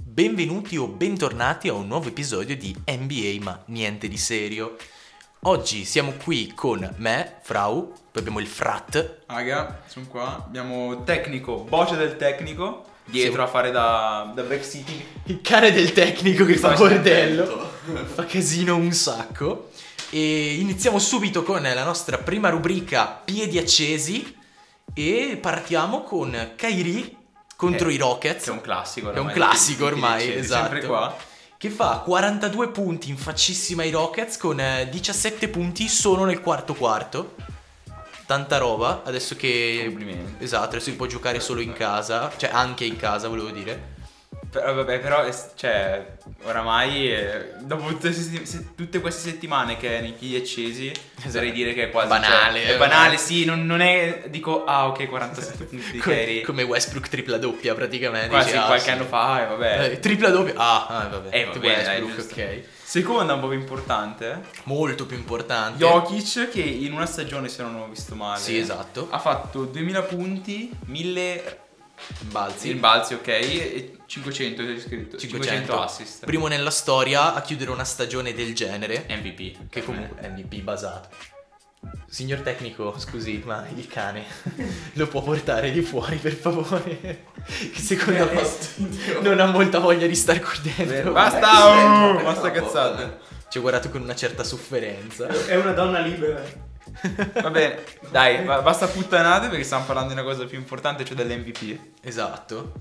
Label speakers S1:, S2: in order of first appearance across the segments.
S1: Benvenuti o bentornati a un nuovo episodio di NBA ma niente di serio. Oggi siamo qui con me, Frau, poi abbiamo il Frat.
S2: Raga, sono qua. Abbiamo tecnico, voce del tecnico, dietro
S1: Sì.
S2: a fare da, da Break City.
S1: Il cane del tecnico che fa
S2: Sta
S1: bordello. Fa casino un sacco. E iniziamo subito con la nostra prima rubrica Piedi accesi. E partiamo con Kairi contro
S2: Eh,
S1: i Rockets.
S2: Che è un classico
S1: È
S2: ormai.
S1: un classico
S2: Chi- chi
S1: ormai,
S2: dice,
S1: esatto.
S2: Sempre qua.
S1: Che fa 42 punti in faccissima ai Rockets con eh, 17 punti solo nel quarto quarto. Tanta roba, adesso che...
S2: Complimenti.
S1: Esatto, adesso si può giocare solo in casa, cioè anche in casa volevo dire.
S2: Però, eh, vabbè, però, es- cioè, oramai, eh, dopo tutte, se- se- tutte queste settimane che è nei piedi accesi, potrei dire che è quasi...
S1: Esatto. Banale,
S2: cioè,
S1: eh,
S2: è banale, sì, non, non è... Dico, ah, ok, 47 punti di
S1: Co-
S2: carry.
S1: come Westbrook tripla doppia praticamente.
S2: Quasi
S1: dice, ah,
S2: qualche
S1: sì.
S2: anno fa, e vabbè.
S1: Eh, tripla doppia. Ah, ah, vabbè.
S2: Eh, vabbè, dai,
S1: Westbrook,
S2: giusto.
S1: ok.
S2: Seconda un po' più importante.
S1: Molto più importante.
S2: Jokic che in una stagione, se non ho visto male...
S1: Sì, esatto.
S2: Ha fatto 2000 punti, 1000
S1: Balzi.
S2: rimbalzi, ok, e 500 c'è scritto. 500, assist.
S1: Primo nella storia a chiudere una stagione del genere.
S2: MVP.
S1: Che comunque è MVP basato. Signor tecnico, scusi, ma il cane lo può portare di fuori per favore? Che secondo me non ha molta voglia di star qui dentro.
S2: Basta! oh,
S1: boh.
S2: basta cazzate.
S1: Ci ho guardato con una certa sofferenza.
S3: È una donna libera.
S2: Va bene, eh, dai, ba- basta puttanate perché stiamo parlando di una cosa più importante, cioè dell'MVP.
S1: Esatto,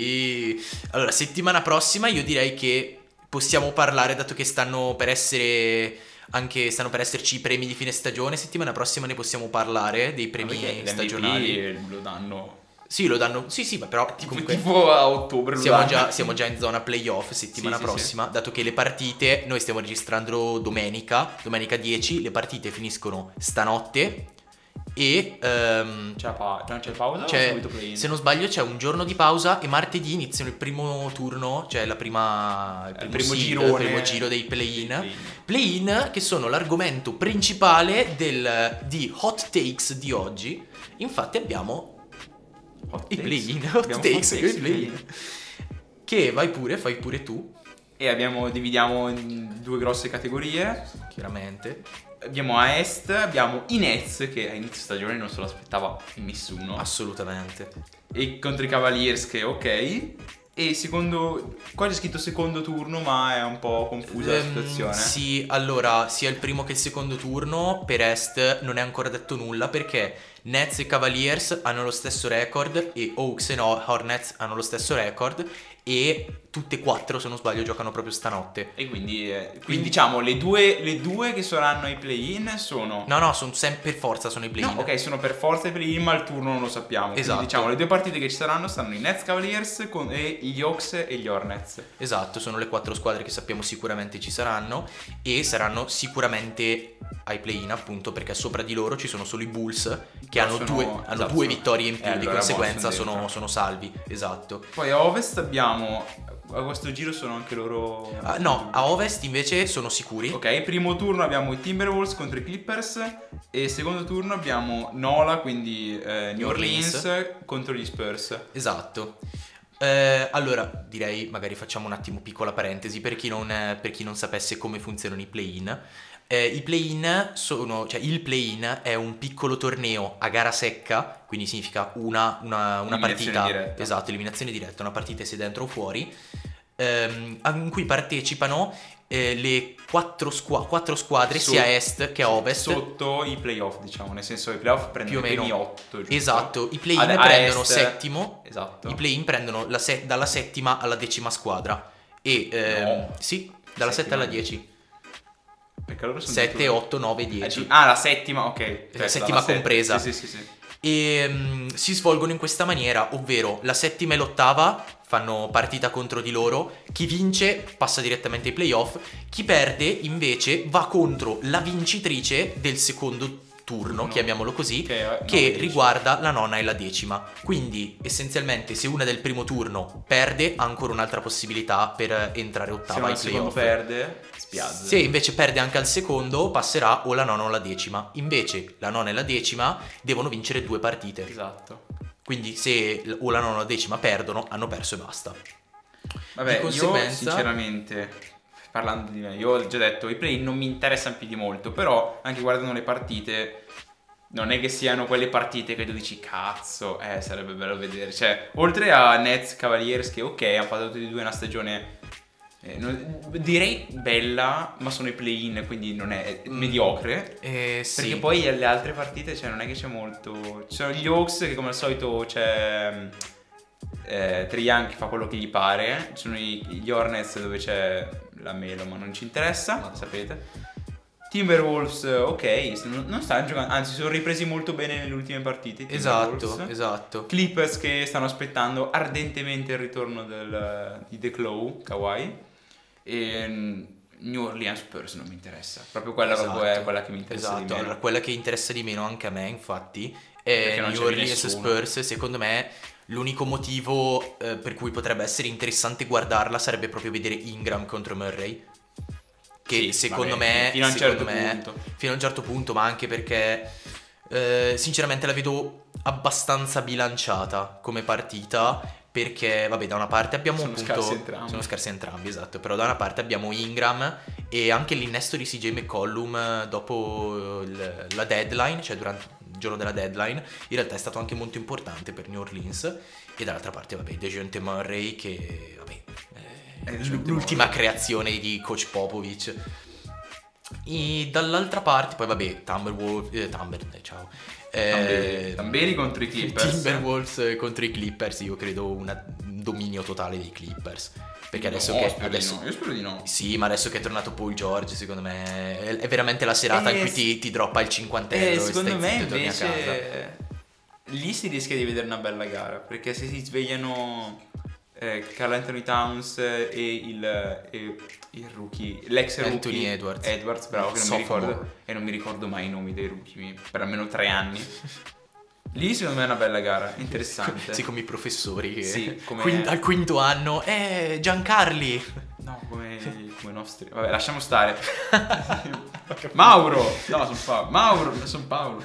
S1: MVP. Allora, settimana prossima io direi che possiamo parlare, dato che stanno per essere anche stanno per esserci i premi di fine stagione, settimana prossima ne possiamo parlare dei premi stagionali.
S2: lo danno
S1: Sì, lo danno. Sì, sì, ma però
S2: tipo,
S1: comunque
S2: tipo a ottobre. lo
S1: siamo
S2: danno.
S1: già, siamo già in zona playoff settimana
S2: Sì, sì, sì.
S1: prossima, dato che le partite noi stiamo registrando domenica, domenica 10, le partite finiscono stanotte e ehm,
S2: C'è la pa- non c'è pausa? o
S1: c'è-
S2: subito play-in?
S1: Cioè, se non sbaglio c'è un giorno di pausa e martedì iniziano il primo turno, cioè la prima,
S2: Eh, il
S1: primo
S2: primo
S1: seed,
S2: girone.
S1: il primo giro dei play-in.
S2: Play-in.
S1: Play-in che sono l'argomento principale del, di hot takes di oggi. Infatti abbiamo
S2: Hot
S1: i
S2: takes.
S1: play-in,
S2: Abbiamo
S1: hot takes, con i
S2: i
S1: play-in. Che vai pure, fai pure tu,
S2: E abbiamo, dividiamo in due grosse categorie.
S1: chiaramente.
S2: Abbiamo a est, abbiamo i Nets che a inizio stagione non se lo aspettava nessuno.
S1: Assolutamente.
S2: E contro i Cavaliers che ok. E secondo... Qua c'è scritto secondo turno ma è un po' confusa la
S1: Ehm,
S2: situazione.
S1: sì, allora, sia il primo che il secondo turno per Est non è ancora detto nulla perché Nets e Cavaliers hanno lo stesso record e Hawks e no- Hornets hanno lo stesso record e tutte e quattro, se non sbaglio, giocano proprio stanotte.
S2: E quindi, eh, quindi diciamo le due, le due che saranno i play-in sono...
S1: No, no, sono sempre per forza, sono i play-in.
S2: No, ok, sono per forza i play-in ma il turno non lo sappiamo. Quindi,
S1: Esatto.
S2: diciamo le due partite che ci saranno saranno i Nets Cavaliers con- e gli Hawks e gli Hornets.
S1: Esatto, sono le quattro squadre che sappiamo sicuramente ci saranno e saranno sicuramente ai play-in appunto perché sopra di loro ci sono solo i Bulls che
S2: Però
S1: hanno,
S2: sono-
S1: due, hanno
S2: esatto,
S1: due
S2: sono-
S1: vittorie in più,
S2: eh,
S1: di
S2: allora
S1: conseguenza
S2: Boston
S1: sono,
S2: dentro.
S1: sono salvi, esatto.
S2: Poi a ovest abbiamo... A questo giro sono anche loro...
S1: Ah, no, a ovest invece sono sicuri.
S2: Ok, primo turno abbiamo i Timberwolves contro i Clippers e secondo turno abbiamo Nola, quindi eh, New
S1: New Orleans.
S2: Orleans, contro gli Spurs.
S1: Esatto. Eh, allora, direi magari facciamo un attimo piccola parentesi per chi non, eh, per chi non sapesse come funzionano i play-in. Eh, I play-in sono, cioè il play-in è un piccolo torneo a gara secca, quindi significa una, una- una
S2: Eliminazione
S1: partita,
S2: diretta.
S1: esatto, eliminazione diretta, una partita se dentro o fuori, ehm, in cui partecipano eh, le quattro, squa- quattro squadre,
S2: So-
S1: sia est che a ovest.
S2: Sotto i playoff, diciamo, nel senso i
S1: Più o
S2: playoff prendono i
S1: meno.
S2: primi 8.
S1: Esatto, i play-in
S2: Ad- a
S1: prendono
S2: est-
S1: settimo,
S2: Esatto.
S1: I play-in prendono la se- dalla settima alla decima squadra. E ehm,
S2: No.
S1: sì, dalla 7
S2: Settima.
S1: alla 10.
S2: Perché loro sono
S1: 7,
S2: di turno.
S1: 8, 9,
S2: Eh,
S1: 10.
S2: sì. Ah, la settima, ok.
S1: La settima
S2: set-
S1: compresa.
S2: Sì, sì, sì, sì.
S1: E mm, si svolgono in questa maniera, ovvero la settima e l'ottava fanno partita contro di loro, chi vince passa direttamente ai playoff, chi perde invece va contro la vincitrice del secondo turno,
S2: Turno.
S1: chiamiamolo così,
S2: Ok, eh, no,
S1: che
S2: dieci.
S1: riguarda la nona e la decima. Quindi essenzialmente se una del primo turno perde ha ancora un'altra possibilità per eh, entrare
S2: Se
S1: ottava
S2: non
S1: ai
S2: il secondo
S1: playoff.
S2: perde, spiazza.
S1: Se invece perde anche al secondo passerà o la nona o la decima. Invece la nona e la decima devono vincere due partite.
S2: Esatto.
S1: Quindi se l- o la nona o la decima perdono, hanno perso e basta.
S2: Vabbè,
S1: Di conseguenza-
S2: io sinceramente, parlando di me, io ho già detto, i play non mi interessano più di molto, però anche guardando le partite, non è che siano quelle partite che tu dici, cazzo, eh, sarebbe bello vedere. Cioè, oltre a Nets, Cavaliers, che ok, hanno fatto tutti e due una stagione... eh, non- direi bella, ma sono i play-in, quindi non è è
S1: Mm.
S2: mediocre.
S1: Eh, sì.
S2: Perché poi le altre partite, cioè, non è che c'è molto. Ci sono gli Hawks che, come al solito, c'è. mm, Eh, Trae Young che fa quello che gli pare. Ci sono i- gli Hornets dove c'è la Melo, ma non ci interessa,
S1: Ma-
S2: sapete. Timberwolves, eh, ok, se non non stanno giocando, anzi, sono ripresi molto bene nelle ultime partite. i
S1: Esatto,
S2: Timberwolves.
S1: esatto.
S2: Clippers che stanno aspettando ardentemente il ritorno del- eh, di The Claw, Kawhi. E mm, New Orleans Spurs non mi interessa. Proprio quella roba è
S1: Esatto,
S2: quella che mi interessa.
S1: Esatto,
S2: di meno.
S1: allora quella che interessa di meno anche a me, infatti,
S2: Perché
S1: è
S2: non
S1: New
S2: c'è
S1: Orleans
S2: nessuno.
S1: Spurs. Secondo me l'unico motivo eh, per cui potrebbe essere interessante guardarla sarebbe proprio vedere Ingram contro Murray. Che
S2: Sì,
S1: secondo
S2: vabbè,
S1: me,
S2: fino a un certo
S1: secondo me-
S2: punto.
S1: fino a un certo punto, ma anche perché eh, sinceramente la vedo abbastanza bilanciata come partita. Perché, vabbè, da una parte abbiamo
S2: Sono
S1: un punto.
S2: scarsi entrambi.
S1: Sono scarsi entrambi, esatto. Però da una parte abbiamo Ingram e anche l'innesto di CJ McCollum eh, dopo il- la deadline, cioè durante il giorno della deadline, in realtà è stato anche molto importante per New Orleans. E dall'altra parte, vabbè, Dejounte Murray che, vabbè, è
S2: Eh,
S1: l-
S2: Dejounte
S1: l'ultima
S2: Murray.
S1: creazione di coach Popovic. E dall'altra parte, poi vabbè, Timberwolves, eh, Timber- eh, ciao.
S2: Tamberi- Tamberi contro i Clippers.
S1: Eh, Timberwolves eh, contro i Clippers, io credo una- un dominio totale dei Clippers. Perché adesso
S2: No,
S1: che
S2: spero di
S1: adesso,
S2: no. Io spero di no.
S1: sì, ma adesso che è tornato Paul George, secondo me è è veramente la serata
S2: Eh,
S1: in cui ti, ti droppa il
S2: Eh,
S1: cinquantello. e
S2: secondo
S1: stai
S2: me
S1: zitto e torni a casa.
S2: invece lì si rischia di vedere una bella gara perché se si svegliano eh, Carl Anthony Towns eh, e il, e il rookie, l'ex rookie
S1: Anthony Edwards.
S2: Edwards, bravo, che non mi
S1: Sophomore.
S2: ricordo, e non mi ricordo mai i nomi dei rookie mi- per almeno tre anni. Lì secondo me è una bella gara, interessante.
S1: Sì, come i professori che
S2: Sì, come-
S1: quin- al quinto anno, eh, Giancarli.
S2: No, come, come i nostri. Vabbè, lasciamo stare. Mauro! No, sono Paolo. Mauro, sono Paolo.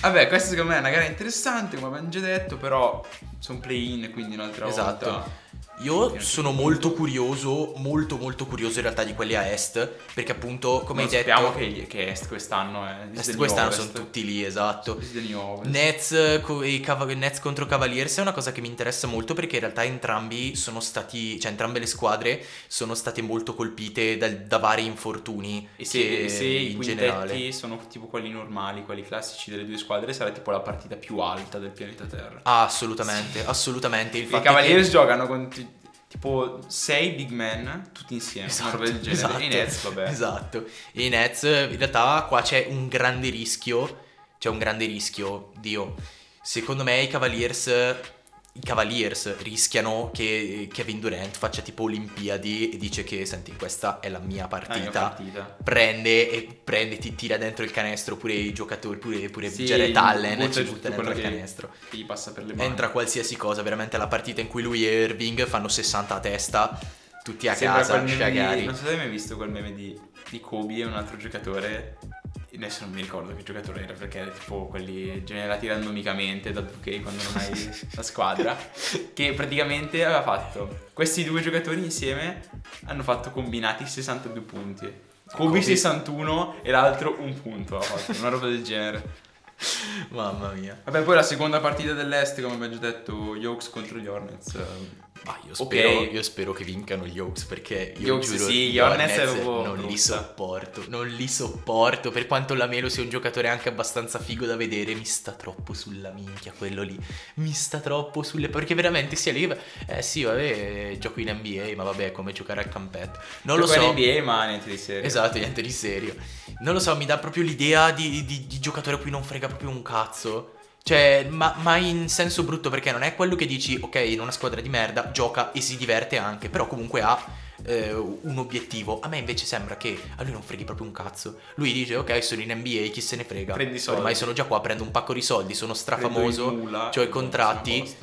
S2: Vabbè, questa secondo me è una gara interessante, come abbiamo già detto, però sono play-in, quindi un'altra
S1: Esatto.
S2: volta.
S1: Io sono molto curioso, molto molto curioso in realtà di quelli a est, perché appunto, come
S2: Non
S1: hai
S2: Sappiamo
S1: detto,
S2: che, che Est quest'anno è... is the
S1: est
S2: new
S1: quest'anno
S2: Ovest.
S1: sono tutti lì, esatto.
S2: Is the new Ovest.
S1: Nets, eh, co- e Cava- Nets contro Cavaliers è una cosa che mi interessa molto perché in realtà entrambi sono stati, cioè entrambe le squadre sono state molto colpite dal- da vari infortuni
S2: E se,
S1: che-
S2: se i
S1: in
S2: quintetti
S1: generale.
S2: sono tipo quelli normali, quelli classici delle due squadre, sarà tipo la partita più alta del pianeta Terra.
S1: Ah, assolutamente, assolutamente. Il
S2: I
S1: fatto
S2: Cavaliers
S1: che-
S2: giocano con ti- tipo 6 big men tutti insieme, una roba del genere.
S1: esatto,
S2: I Nets, vabbè.
S1: Esatto. E i Nets, in realtà qua c'è un grande rischio, c'è un grande rischio, Dio. Secondo me i Cavaliers i Cavaliers rischiano che Kevin Durant faccia tipo Olimpiadi e dice che senti questa è la mia
S2: La mia
S1: partita.
S2: Ah, partita.
S1: prende e prende, ti tira dentro il canestro pure i giocatori, pure, pure
S2: Sì,
S1: Jared Allen e
S2: butta
S1: ci
S2: giù
S1: butta
S2: tutto
S1: dentro il
S2: quello che-
S1: canestro.
S2: Che gli passa per le mani.
S1: Entra qualsiasi cosa, veramente la partita in cui lui e Irving fanno 60 a testa, tutti a
S2: Sembra
S1: casa,
S2: quel meme di-
S1: sciagari.
S2: Non so se avete mai visto quel meme di, di Kobe e un altro giocatore. Adesso non mi ricordo che giocatore era perché era tipo quelli generati randomicamente da 2K quando non hai la squadra. Che praticamente aveva fatto questi due giocatori insieme hanno fatto combinati 62 punti. Kobe
S1: Kobe-
S2: 61 e l'altro un punto ha fatto, una roba del genere.
S1: Mamma mia.
S2: Vabbè, poi la seconda partita dell'Est, come abbiamo già detto, gli Hawks contro gli Hornets.
S1: Ma io
S2: Ok.
S1: spero, io spero che vincano gli Hawks perché
S2: Gli
S1: io
S2: Hawks
S1: giuro
S2: sì, gli
S1: gli
S2: Hornets
S1: Hornets,
S2: è proprio
S1: non li
S2: brutta.
S1: sopporto, non li sopporto, per quanto Lamelo sia un giocatore anche abbastanza figo da vedere, mi sta troppo sulla minchia quello lì, mi sta troppo sulle... perché veramente sia lì, eh sì vabbè, gioco in NBA, ma vabbè è come giocare al campetto, non lo
S2: Gioca
S1: so,
S2: in NBA, ma niente di serio.
S1: esatto, niente di serio, non lo so, mi dà proprio l'idea di, di- di giocatore a cui non frega proprio un cazzo. Cioè, ma, ma in senso brutto, perché non è quello che dici, ok, in una squadra di merda gioca e si diverte anche, però comunque ha eh, un obiettivo. A me invece sembra che a lui non freghi proprio un cazzo. Lui dice, ok, sono in NBA, chi se ne frega.
S2: Prendi i soldi.
S1: Ormai sono già qua, prendo un pacco di soldi, sono strafamoso. c'ho cioè i contratti.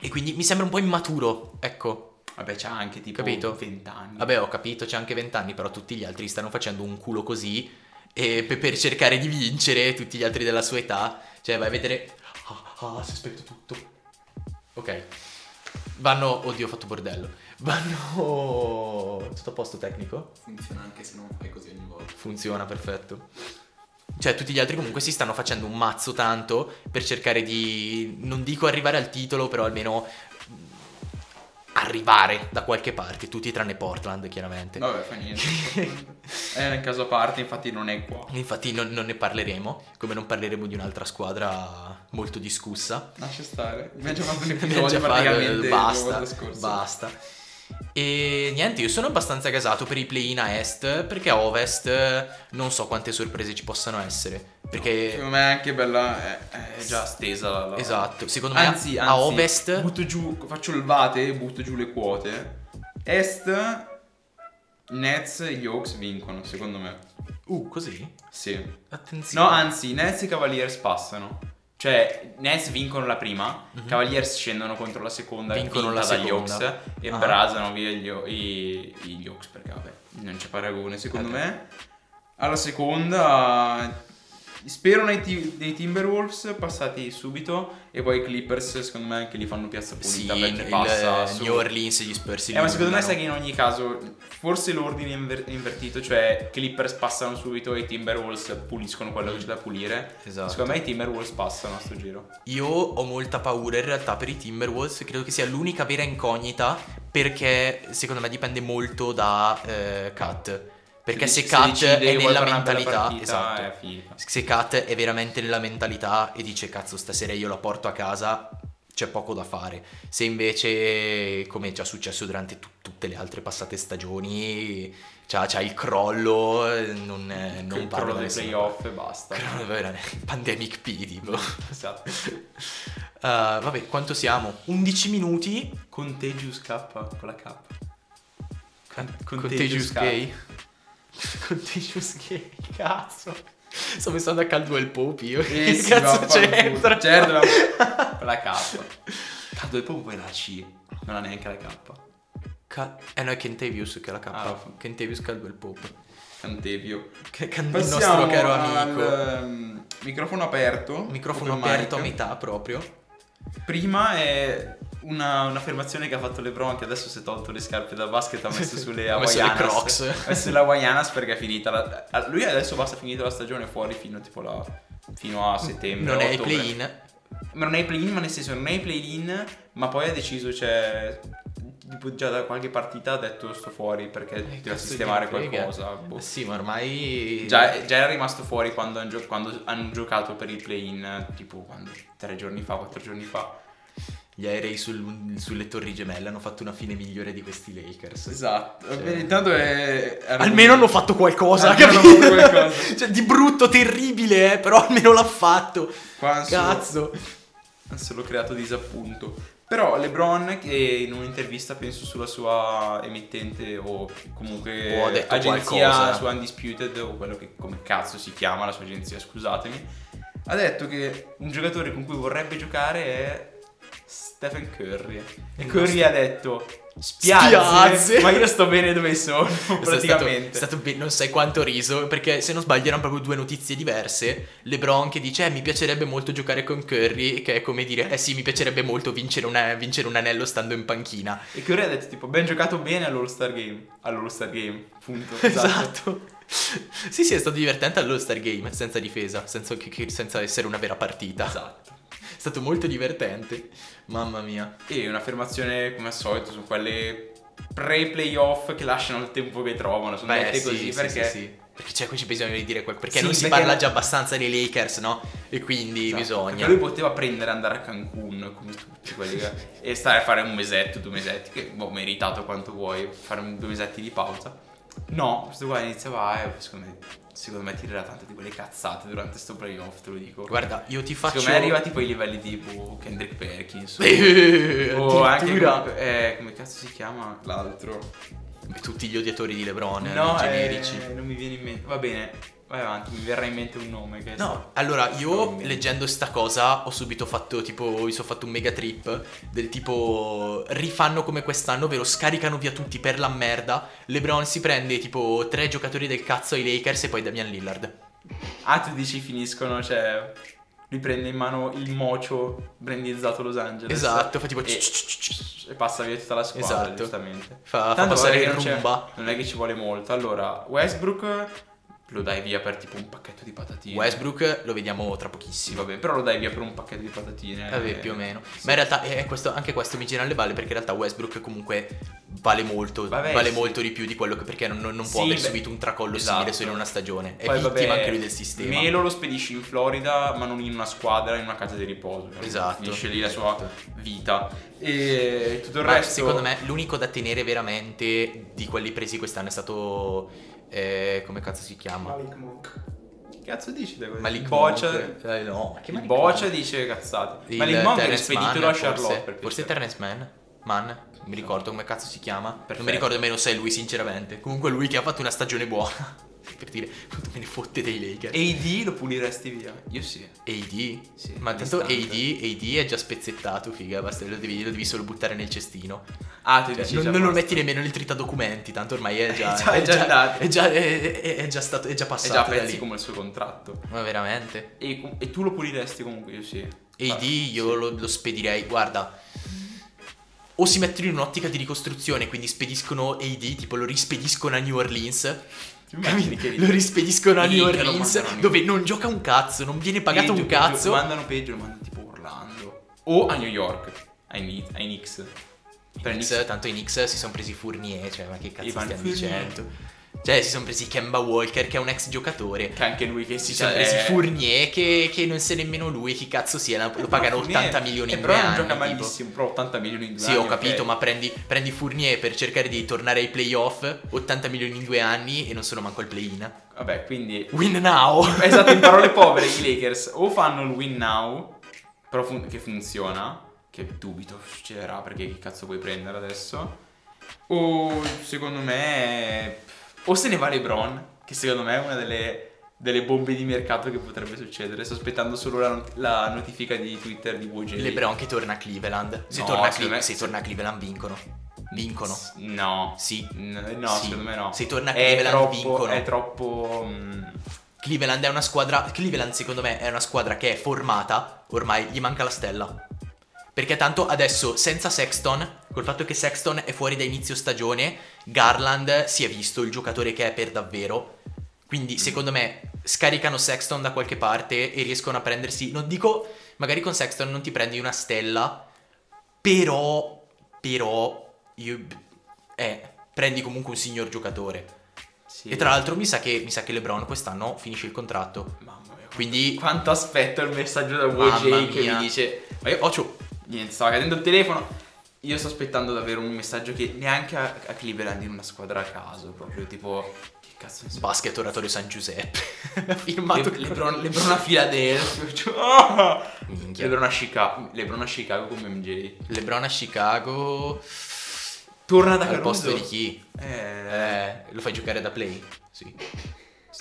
S1: E quindi mi sembra un po' immaturo, ecco.
S2: Vabbè, c'ha anche tipo
S1: Capito?
S2: 20 anni.
S1: Vabbè, ho capito, c'è anche 20 anni, però tutti gli altri stanno facendo un culo così e pe- per cercare di vincere tutti gli altri della sua età. Cioè, vai a vedere. Ah, Ah, si è spento tutto. Ok. Vanno, oddio, ho fatto bordello. Vanno... Tutto a posto tecnico?
S3: Funziona anche se non fai così ogni volta.
S1: Funziona, perfetto. Cioè, tutti gli altri comunque si stanno facendo un mazzo tanto per cercare di, non dico arrivare al titolo, però almeno mh, arrivare da qualche parte, tutti tranne Portland, chiaramente.
S2: Vabbè, fa niente. è un caso a parte, infatti non è qua.
S1: Infatti non, non ne parleremo, come non parleremo di un'altra squadra molto discussa.
S2: Lascia stare. Mi ha già fatto un
S1: Abbiamo
S2: episodio
S1: già fatto,
S2: praticamente
S1: basta,
S2: la scorsa.
S1: basta. E niente, io sono abbastanza gasato per i play-in a est, perché a ovest eh, non so quante sorprese ci possano essere. Perché...
S2: Secondo me è anche bella. È, è già stesa la. la-
S1: Esatto, secondo me
S2: Anzi,
S1: a,
S2: anzi,
S1: a ovest
S2: Butto giù, faccio il vate e butto giù le quote. Est. Nets e gli Hawks vincono, secondo me.
S1: Uh, così?
S2: Sì.
S1: Attenzione.
S2: No, anzi, Nets e Cavaliers passano. Cioè, Nets vincono la prima, Cavaliers scendono contro la seconda,
S1: Mhm. Vincono
S2: vinta
S1: la
S2: dagli
S1: seconda.
S2: Hawks e
S1: Ah.
S2: brasano via gli, Ho- i, i- gli Hawks perché vabbè, non c'è paragone secondo
S1: Ok.
S2: me. Alla seconda spero nei, ti- nei Timberwolves passati subito e poi i Clippers secondo me anche li fanno piazza
S1: sì,
S2: pulita perché
S1: il,
S2: passa
S1: eh,
S2: su-
S1: New Orleans e gli Spurs. li
S2: eh, ma secondo me
S1: eliminano.
S2: sai che in ogni caso forse l'ordine è inver- è invertito, cioè Clippers passano subito e i Timberwolves puliscono quello che c'è da pulire.
S1: Esatto.
S2: Secondo me i Timberwolves passano a sto giro.
S1: Io ho molta paura in realtà per i Timberwolves, credo che sia l'unica vera incognita perché secondo me dipende molto da eh, Cat. Perché se, Cat è nella mentalità, esatto.
S2: È finita.
S1: Se Cat è veramente nella mentalità e dice cazzo stasera io la porto a casa, c'è poco da fare. Se invece, come è già successo durante tu- tutte le altre passate stagioni, c'ha, c'ha il crollo, eh, non, eh, non
S2: Non
S1: parlo
S2: parlo dei playoff e basta.
S1: Pandemic P tipo.
S2: esatto.
S1: Uh, vabbè, quanto siamo? 11 minuti.
S2: Contagious K con la K.
S1: Contagious
S2: K. Eh,
S1: gay. Contagious gay, cazzo. Sto pensando a Caldwell Pope io.
S2: Eh
S1: che
S2: sì,
S1: cazzo
S2: vaffanculo.
S1: c'entra?
S2: Certo, la- con la K. Cazzo, e poi poi la C. Non ha neanche la K.
S1: Ca- eh no, è Kentavius che è la K.
S2: Ah, vaff-
S1: Kentavius Caldwell Pope.
S2: Cantevio.
S1: Che- che- il
S2: Passiamo
S1: nostro caro amico.
S2: al, ehm, microfono aperto.
S1: Microfono
S2: open
S1: aperto a
S2: mic.
S1: metà proprio.
S2: Prima è una, un'affermazione che ha fatto LeBron che adesso si è tolto le scarpe da basket ha messo sulle
S1: Ha messo le
S2: Hawaiianas.
S1: Crocs.
S2: Ha messo sulle Hawaiianas perché è finita la, a- lui adesso basta finita la stagione fuori fino tipo la fino a settembre.
S1: non è il
S2: ottobre.
S1: play-in.
S2: Ma non è i play-in, ma nel senso non è i play-in, ma poi ha deciso cioè tipo già da qualche partita ha detto sto fuori perché deve
S1: Eh, cazzo
S2: sistemare
S1: gliene frega. Eh
S2: qualcosa. boh.
S1: Sì, ma ormai...
S2: Già, già era rimasto fuori quando, han gio- quando hanno giocato per il play-in, eh, tipo quando, tre giorni fa, quattro giorni fa.
S1: Gli aerei sul- sulle torri gemelle hanno fatto una fine migliore di questi Lakers.
S2: Esatto.
S1: Cioè-
S2: Intanto è. è-
S1: Almeno hanno fatto qualcosa,
S2: Almeno
S1: capito?
S2: hanno fatto qualcosa.
S1: cioè, di brutto, terribile, eh, però almeno l'ha fatto.
S2: Qua hanno solo-
S1: Cazzo.
S2: hanno solo creato disappunto. Però LeBron, che in un'intervista penso sulla sua emittente o comunque
S1: O ha detto
S2: agenzia
S1: qualcosa.
S2: su Undisputed o quello che come cazzo si chiama la sua agenzia, scusatemi, ha detto che un giocatore con cui vorrebbe giocare è Stephen Curry. E
S1: Il
S2: Curry
S1: nostro-
S2: ha detto spiazze,
S1: Spiazze."
S2: ma io sto bene dove sono
S1: Questo è stato-
S2: praticamente.
S1: È stato, be- non sai quanto riso, perché se non sbaglio erano proprio due notizie diverse. LeBron che dice, eh, mi piacerebbe molto giocare con Curry, che è come dire, eh sì, mi piacerebbe molto vincere, una- vincere un anello stando in panchina.
S2: E Curry ha detto tipo ben giocato bene all'All-Star Game. All'All-Star Game, punto.
S1: Esatto. sì, sì, è stato divertente all'All-Star Game, senza difesa, senza, che- che- senza essere una vera partita.
S2: Esatto.
S1: È stato molto divertente. Mamma mia.
S2: E un'affermazione come al solito su quelle pre-playoff che lasciano il tempo che trovano. Sono
S1: Beh,
S2: dette
S1: sì,
S2: così
S1: sì,
S2: perché
S1: sì, sì. Perché c'è qui c'è bisogno di dire quel perché
S2: Sì,
S1: non si
S2: perché-
S1: parla già abbastanza dei Lakers, no? E quindi
S2: Esatto,
S1: bisogna.
S2: perché lui poteva prendere e andare a Cancun come tutti quelli che- e stare a fare un mesetto, due mesetti, che boh, meritato quanto vuoi, fare un- due mesetti di pausa. No, questo qua iniziava e secondo me, secondo me tirerà tante di quelle cazzate durante sto playoff, te lo dico.
S1: Guarda, io ti faccio
S2: Secondo me arriva tipo ai livelli tipo Kendrick Perkins.
S1: Eh,
S2: o- o Oh, anche
S1: addirittura.
S2: come, eh, come cazzo si chiama l'altro?
S1: tutti gli odiatori di LeBron, eh,
S2: No,
S1: generici.
S2: eh, non mi viene in mente. Va bene, vai avanti, mi verrà in mente un nome che
S1: No, allora io
S2: Probabilmente.
S1: leggendo sta cosa ho subito fatto tipo, mi sono fatto un mega trip del tipo rifanno come quest'anno, ovvero scaricano via tutti per la merda. LeBron si prende tipo tre giocatori del cazzo ai Lakers e poi Damian Lillard.
S2: Ah, tu dici finiscono, cioè lui prende in mano il mocio brandizzato Los Angeles.
S1: Esatto, fa tipo
S2: E,
S1: ch- ch- ch-
S2: e passa via tutta la squadra,
S1: Esatto.
S2: giustamente.
S1: Fa- fa
S2: Tanto
S1: passare
S2: vabbè,
S1: il
S2: non c'è-
S1: rumba.
S2: Non è che ci vuole molto. Allora, Westbrook lo dai via per tipo un pacchetto di patatine.
S1: Westbrook lo vediamo tra
S2: Sì,
S1: pochissimo.
S2: vabbè, però lo dai via per un pacchetto di patatine.
S1: Vabbè,
S2: Eh,
S1: più o meno.
S2: sì.
S1: Ma in realtà eh, questo- anche questo mi gira alle balle perché in realtà Westbrook comunque vale molto,
S2: Vabbè,
S1: vale
S2: sì.
S1: molto di più di quello che perché non, non- non può
S2: Sì,
S1: aver
S2: beh,
S1: subito un tracollo simile
S2: esatto.
S1: solo in una stagione. È
S2: Poi,
S1: vittima
S2: vabbè,
S1: anche lui del sistema.
S2: Melo lo spedisci in Florida, ma non in una squadra, in una casa di riposo.
S1: Esatto.
S2: Finisce lì la sua vita. E tutto il
S1: Ma
S2: resto.
S1: secondo me l'unico da tenere veramente di quelli presi quest'anno è stato eh, come cazzo si chiama?
S4: Malik Monk.
S2: Che cazzo dici? te?
S1: Malik
S2: Boccia.
S1: Monk. Eh, no, ma che
S2: il
S1: Malik
S2: Boccia
S1: Monk?
S2: dice cazzate.
S1: Il
S2: Malik Monk è
S1: Terrence
S2: speditelo
S1: Mann,
S2: a Charlotte.
S1: Forse,
S2: per
S1: forse
S2: piacere.
S1: Terrence Mann, Mann, non mi ricordo come cazzo si chiama. Non
S2: Perfetto.
S1: mi ricordo nemmeno se è lui, sinceramente. Comunque, lui che ha fatto una stagione buona. per dire quanto me ne fotte dei Lakers.
S2: AD lo puliresti via? Io sì.
S1: AD?
S2: Sì,
S1: Ma tanto AD,
S2: distante.
S1: AD è già spezzettato, figa. Basta, lo devi, lo devi solo buttare nel cestino.
S2: Ah, tu
S1: Cioè,
S2: dici
S1: non,
S2: già
S1: non lo
S2: basta.
S1: metti nemmeno nel tritadocumenti, tanto ormai è già,
S2: È già- è già andato.
S1: è già- è- è- è già stato, è già
S2: È
S1: passato.
S2: Eh, già a
S1: da
S2: pezzi
S1: lì.
S2: come il suo contratto.
S1: Ma veramente?
S2: E, com- e tu lo puliresti comunque? Io Ah, sì.
S1: AD io lo, lo spedirei, guarda. O si mettono in un'ottica di ricostruzione, quindi spediscono AD, tipo lo rispediscono a New Orleans. Capito? Lo rispediscono a New
S2: Minchia, lo
S1: Orleans,
S2: mandano a New-
S1: dove non gioca un cazzo, non viene pagato un cazzo.
S2: Lo mandano peggio, lo mandano tipo a Orlando. O a New York. Ai, Ni- ai Knicks.
S1: Per
S2: Per
S1: i Knicks,
S2: Knicks.
S1: tanto i Knicks si sono presi Fournier, cioè ma che cazzo
S2: Ivan
S1: stiamo
S2: Fournier.
S1: dicendo? Cioè si sono presi Kemba Walker che è un ex giocatore.
S2: Che anche lui che si
S1: Si sono
S2: cioè,
S1: presi
S2: è-
S1: Fournier che, che non sa nemmeno lui chi cazzo sia, la- lo
S2: Ma
S1: pagano
S2: Fournier-
S1: 80 milioni
S2: eh,
S1: in due
S2: però non
S1: anni.
S2: gioca
S1: tipo.
S2: malissimo, però 80 milioni in due
S1: Sì,
S2: anni,
S1: ho capito,
S2: ok.
S1: ma prendi, prendi Fournier per cercare di tornare ai playoff, 80 milioni in due anni e non sono manco al play-in.
S2: Vabbè, quindi...
S1: Win now!
S2: Esatto, in parole povere i Lakers o fanno il win now, però fun- che funziona, che dubito succederà perché che cazzo vuoi prendere adesso, o secondo me... O se ne va LeBron, che secondo me è una delle, delle bombe di mercato che potrebbe succedere. Sto aspettando solo la, not- la notifica di Twitter di WJ.
S1: LeBron che torna a Cleveland. Se,
S2: No,
S1: torna, a Cle-
S2: secondo me-
S1: se torna a Cleveland vincono. Vincono.
S2: No.
S1: Sì.
S2: N- No,
S1: Sì.
S2: secondo me no.
S1: Se torna a
S2: È
S1: Cleveland
S2: troppo-
S1: vincono.
S2: È troppo... mm,
S1: Cleveland è una squadra. Cleveland, secondo me, è una squadra che è formata. Ormai gli manca la stella. Perché tanto adesso, senza Sexton, col fatto che Sexton è fuori da inizio stagione, Garland si è visto il giocatore che è per davvero. Quindi, secondo me, scaricano Sexton da qualche parte e riescono a prendersi. Non dico, magari con Sexton non ti prendi una stella, però. Però. Io, eh, prendi comunque un signor giocatore.
S2: sì.
S1: E tra l'altro mi sa, che, mi sa che LeBron quest'anno finisce il contratto.
S2: Mamma mia.
S1: Quindi
S2: Quanto aspetto il messaggio da
S1: Mamma
S2: WJ che
S1: mia.
S2: mi dice
S1: Ma io- Ocio,
S2: Niente, stava cadendo il telefono Io sto aspettando davvero un messaggio che neanche a, a Cleveland in una squadra a caso Proprio tipo Che cazzo ne so
S1: basket oratorio San Giuseppe. ha
S2: Le-
S1: firmato
S2: Lebron, Lebron a Philadelphia cioè, ah!
S1: Minchia.
S2: Lebron a Chicago Lebron a Chicago come MJ
S1: LeBron a Chicago.
S2: Torna da
S1: Al
S2: Caruso
S1: posto di chi?
S2: Eh,
S1: Eh, lo fai giocare da play? Sì.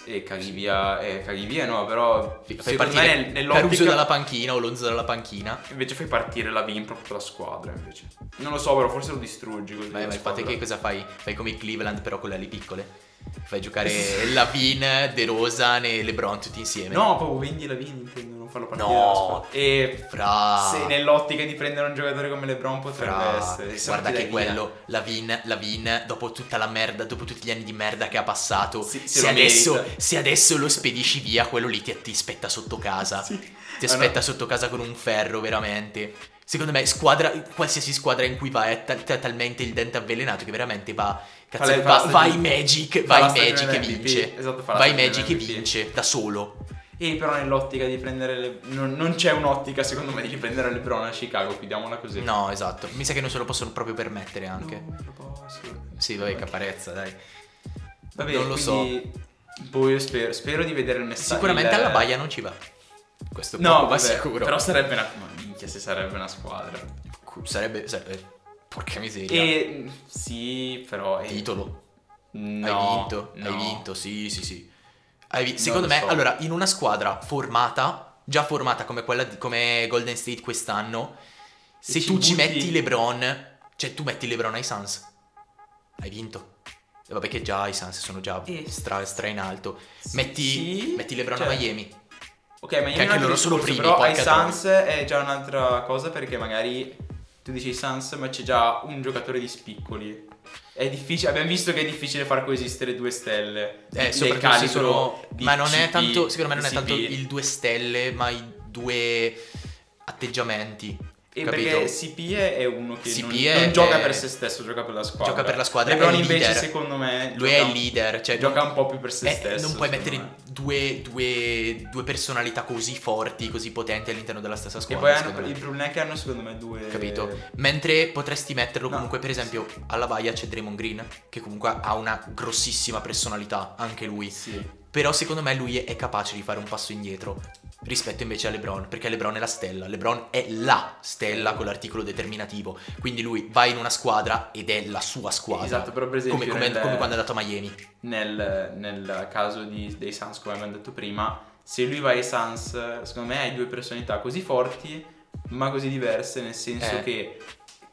S2: E caghi via Eh caghi via no però
S1: Fai
S2: Secondo me
S1: partire
S2: nel- nell'ottica
S1: Caruso dalla panchina o Lonzo dalla panchina.
S2: Invece fai partire la Vin proprio con la squadra invece Non lo so però forse lo distruggi così
S1: Vai,
S2: la
S1: vai, fate
S2: squadra.
S1: che cosa fai? Fai come i Cleveland però con le ali piccole. Fai giocare Lavin, De Rosa e LeBron tutti insieme.
S2: No, proprio vendi la Vini, intendo, non farlo partire.
S1: No.
S2: dalla squadra. E
S1: Fra.
S2: se nell'ottica di prendere un giocatore come LeBron potrebbe
S1: Fra-
S2: essere. se
S1: guarda
S2: non ti
S1: che
S2: dai via.
S1: quello, Lavin, Lavin, dopo tutta la merda, dopo tutti gli anni di merda che ha passato,
S2: Sì, se
S1: se,
S2: lo
S1: adesso,
S2: merita.
S1: se adesso lo spedisci via, quello lì ti, ti aspetta sotto casa.
S2: Sì.
S1: Ti
S2: Ah, no.
S1: aspetta sotto casa con un ferro, veramente. Secondo me, squadra, qualsiasi squadra in cui va è tal- tal- talmente il dente avvelenato che veramente va. Cazzo,
S2: Fa la-
S1: va,
S2: fa la
S1: va in
S2: stagione-
S1: Magic,
S2: fa
S1: va
S2: la
S1: in
S2: stagione
S1: Magic e
S2: MVP.
S1: vince.
S2: Esatto, fa la
S1: va in
S2: stagione
S1: Magic e
S2: MVP.
S1: vince, da solo.
S2: E però nell'ottica di prendere. Le... Non, non c'è un'ottica, secondo me, di prendere LeBron a Chicago. Chiudiamola così.
S1: No, esatto. Mi sa che non se lo possono proprio permettere anche.
S2: Non lo posso.
S1: Sì, vabbè, caparezza, dai.
S2: Va bene,
S1: non lo
S2: quindi, Boh, io spero, spero di vedere il messaggio.
S1: Sicuramente
S2: il-
S1: alla Baia non ci va. Questo
S2: No,
S1: va
S2: vabbè,
S1: sicuro.
S2: Però sarebbe una. ma minchia, se sarebbe una squadra.
S1: Cu- Sarebbe, sarebbe- Porca miseria.
S2: E. mm, Sì, però. eh,
S1: Titolo.
S2: No,
S1: hai vinto.
S2: no.
S1: Hai vinto, sì, sì, sì. Hai vi-
S2: Non
S1: Secondo
S2: lo
S1: me,
S2: so.
S1: allora, in una squadra formata, già formata come quella di, come Golden State quest'anno, se
S2: ci
S1: tu ci
S2: butti-
S1: metti LeBron, cioè tu metti LeBron ai Suns, hai vinto. E vabbè che già i Suns sono già
S2: Eh.
S1: stra, stra in alto.
S2: Sì,
S1: metti,
S2: sì,
S1: metti LeBron
S2: cioè-
S1: a Miami.
S2: Ok, ma
S1: anche
S2: io non
S1: loro sono primi,
S2: però ai
S1: porca troia.
S2: Suns è già un'altra cosa perché magari tu dici ai Suns ma c'è già un giocatore di spiccoli. È difficile, abbiamo visto che è difficile far coesistere due stelle.
S1: Eh,
S2: Del
S1: soprattutto se
S2: calibro
S1: sono-
S2: di
S1: ma non è
S2: CP,
S1: tanto, secondo me non è
S2: CP.
S1: tanto il due stelle, ma i due atteggiamenti.
S2: E
S1: capito?
S2: perché CP è è uno che non,
S1: CP è-
S2: non gioca
S1: è-
S2: per se stesso, gioca per la squadra.
S1: Gioca per la squadra,
S2: LeBron
S1: è il
S2: invece,
S1: leader.
S2: secondo me,
S1: Lui
S2: gioca-
S1: è il leader, cioè
S2: gioca
S1: non-
S2: un po' più per se
S1: eh,
S2: stesso.
S1: non puoi
S2: secondo
S1: mettere
S2: me.
S1: due, due- due personalità così forti, così potenti all'interno della stessa
S2: E
S1: squadra.
S2: poi hanno,
S1: secondo me.
S2: il problema è che hanno, secondo me, due.
S1: Capito? Mentre potresti metterlo
S2: No.
S1: comunque, per esempio, alla baia c'è Draymond Green, che comunque ha una grossissima personalità, anche lui.
S2: Sì.
S1: Però secondo me lui è capace di fare un passo indietro rispetto invece a LeBron, perché LeBron è la stella, LeBron è la stella con l'articolo determinativo, quindi lui va in una squadra ed è la sua squadra.
S2: Esatto, però per esempio
S1: Come, come-
S2: nel-
S1: come quando è andato a Miami.
S2: nel, nel caso di- dei Suns, come abbiamo detto prima, se lui va ai Suns, secondo me hai due personalità così forti, ma così diverse, nel senso
S1: Eh.
S2: che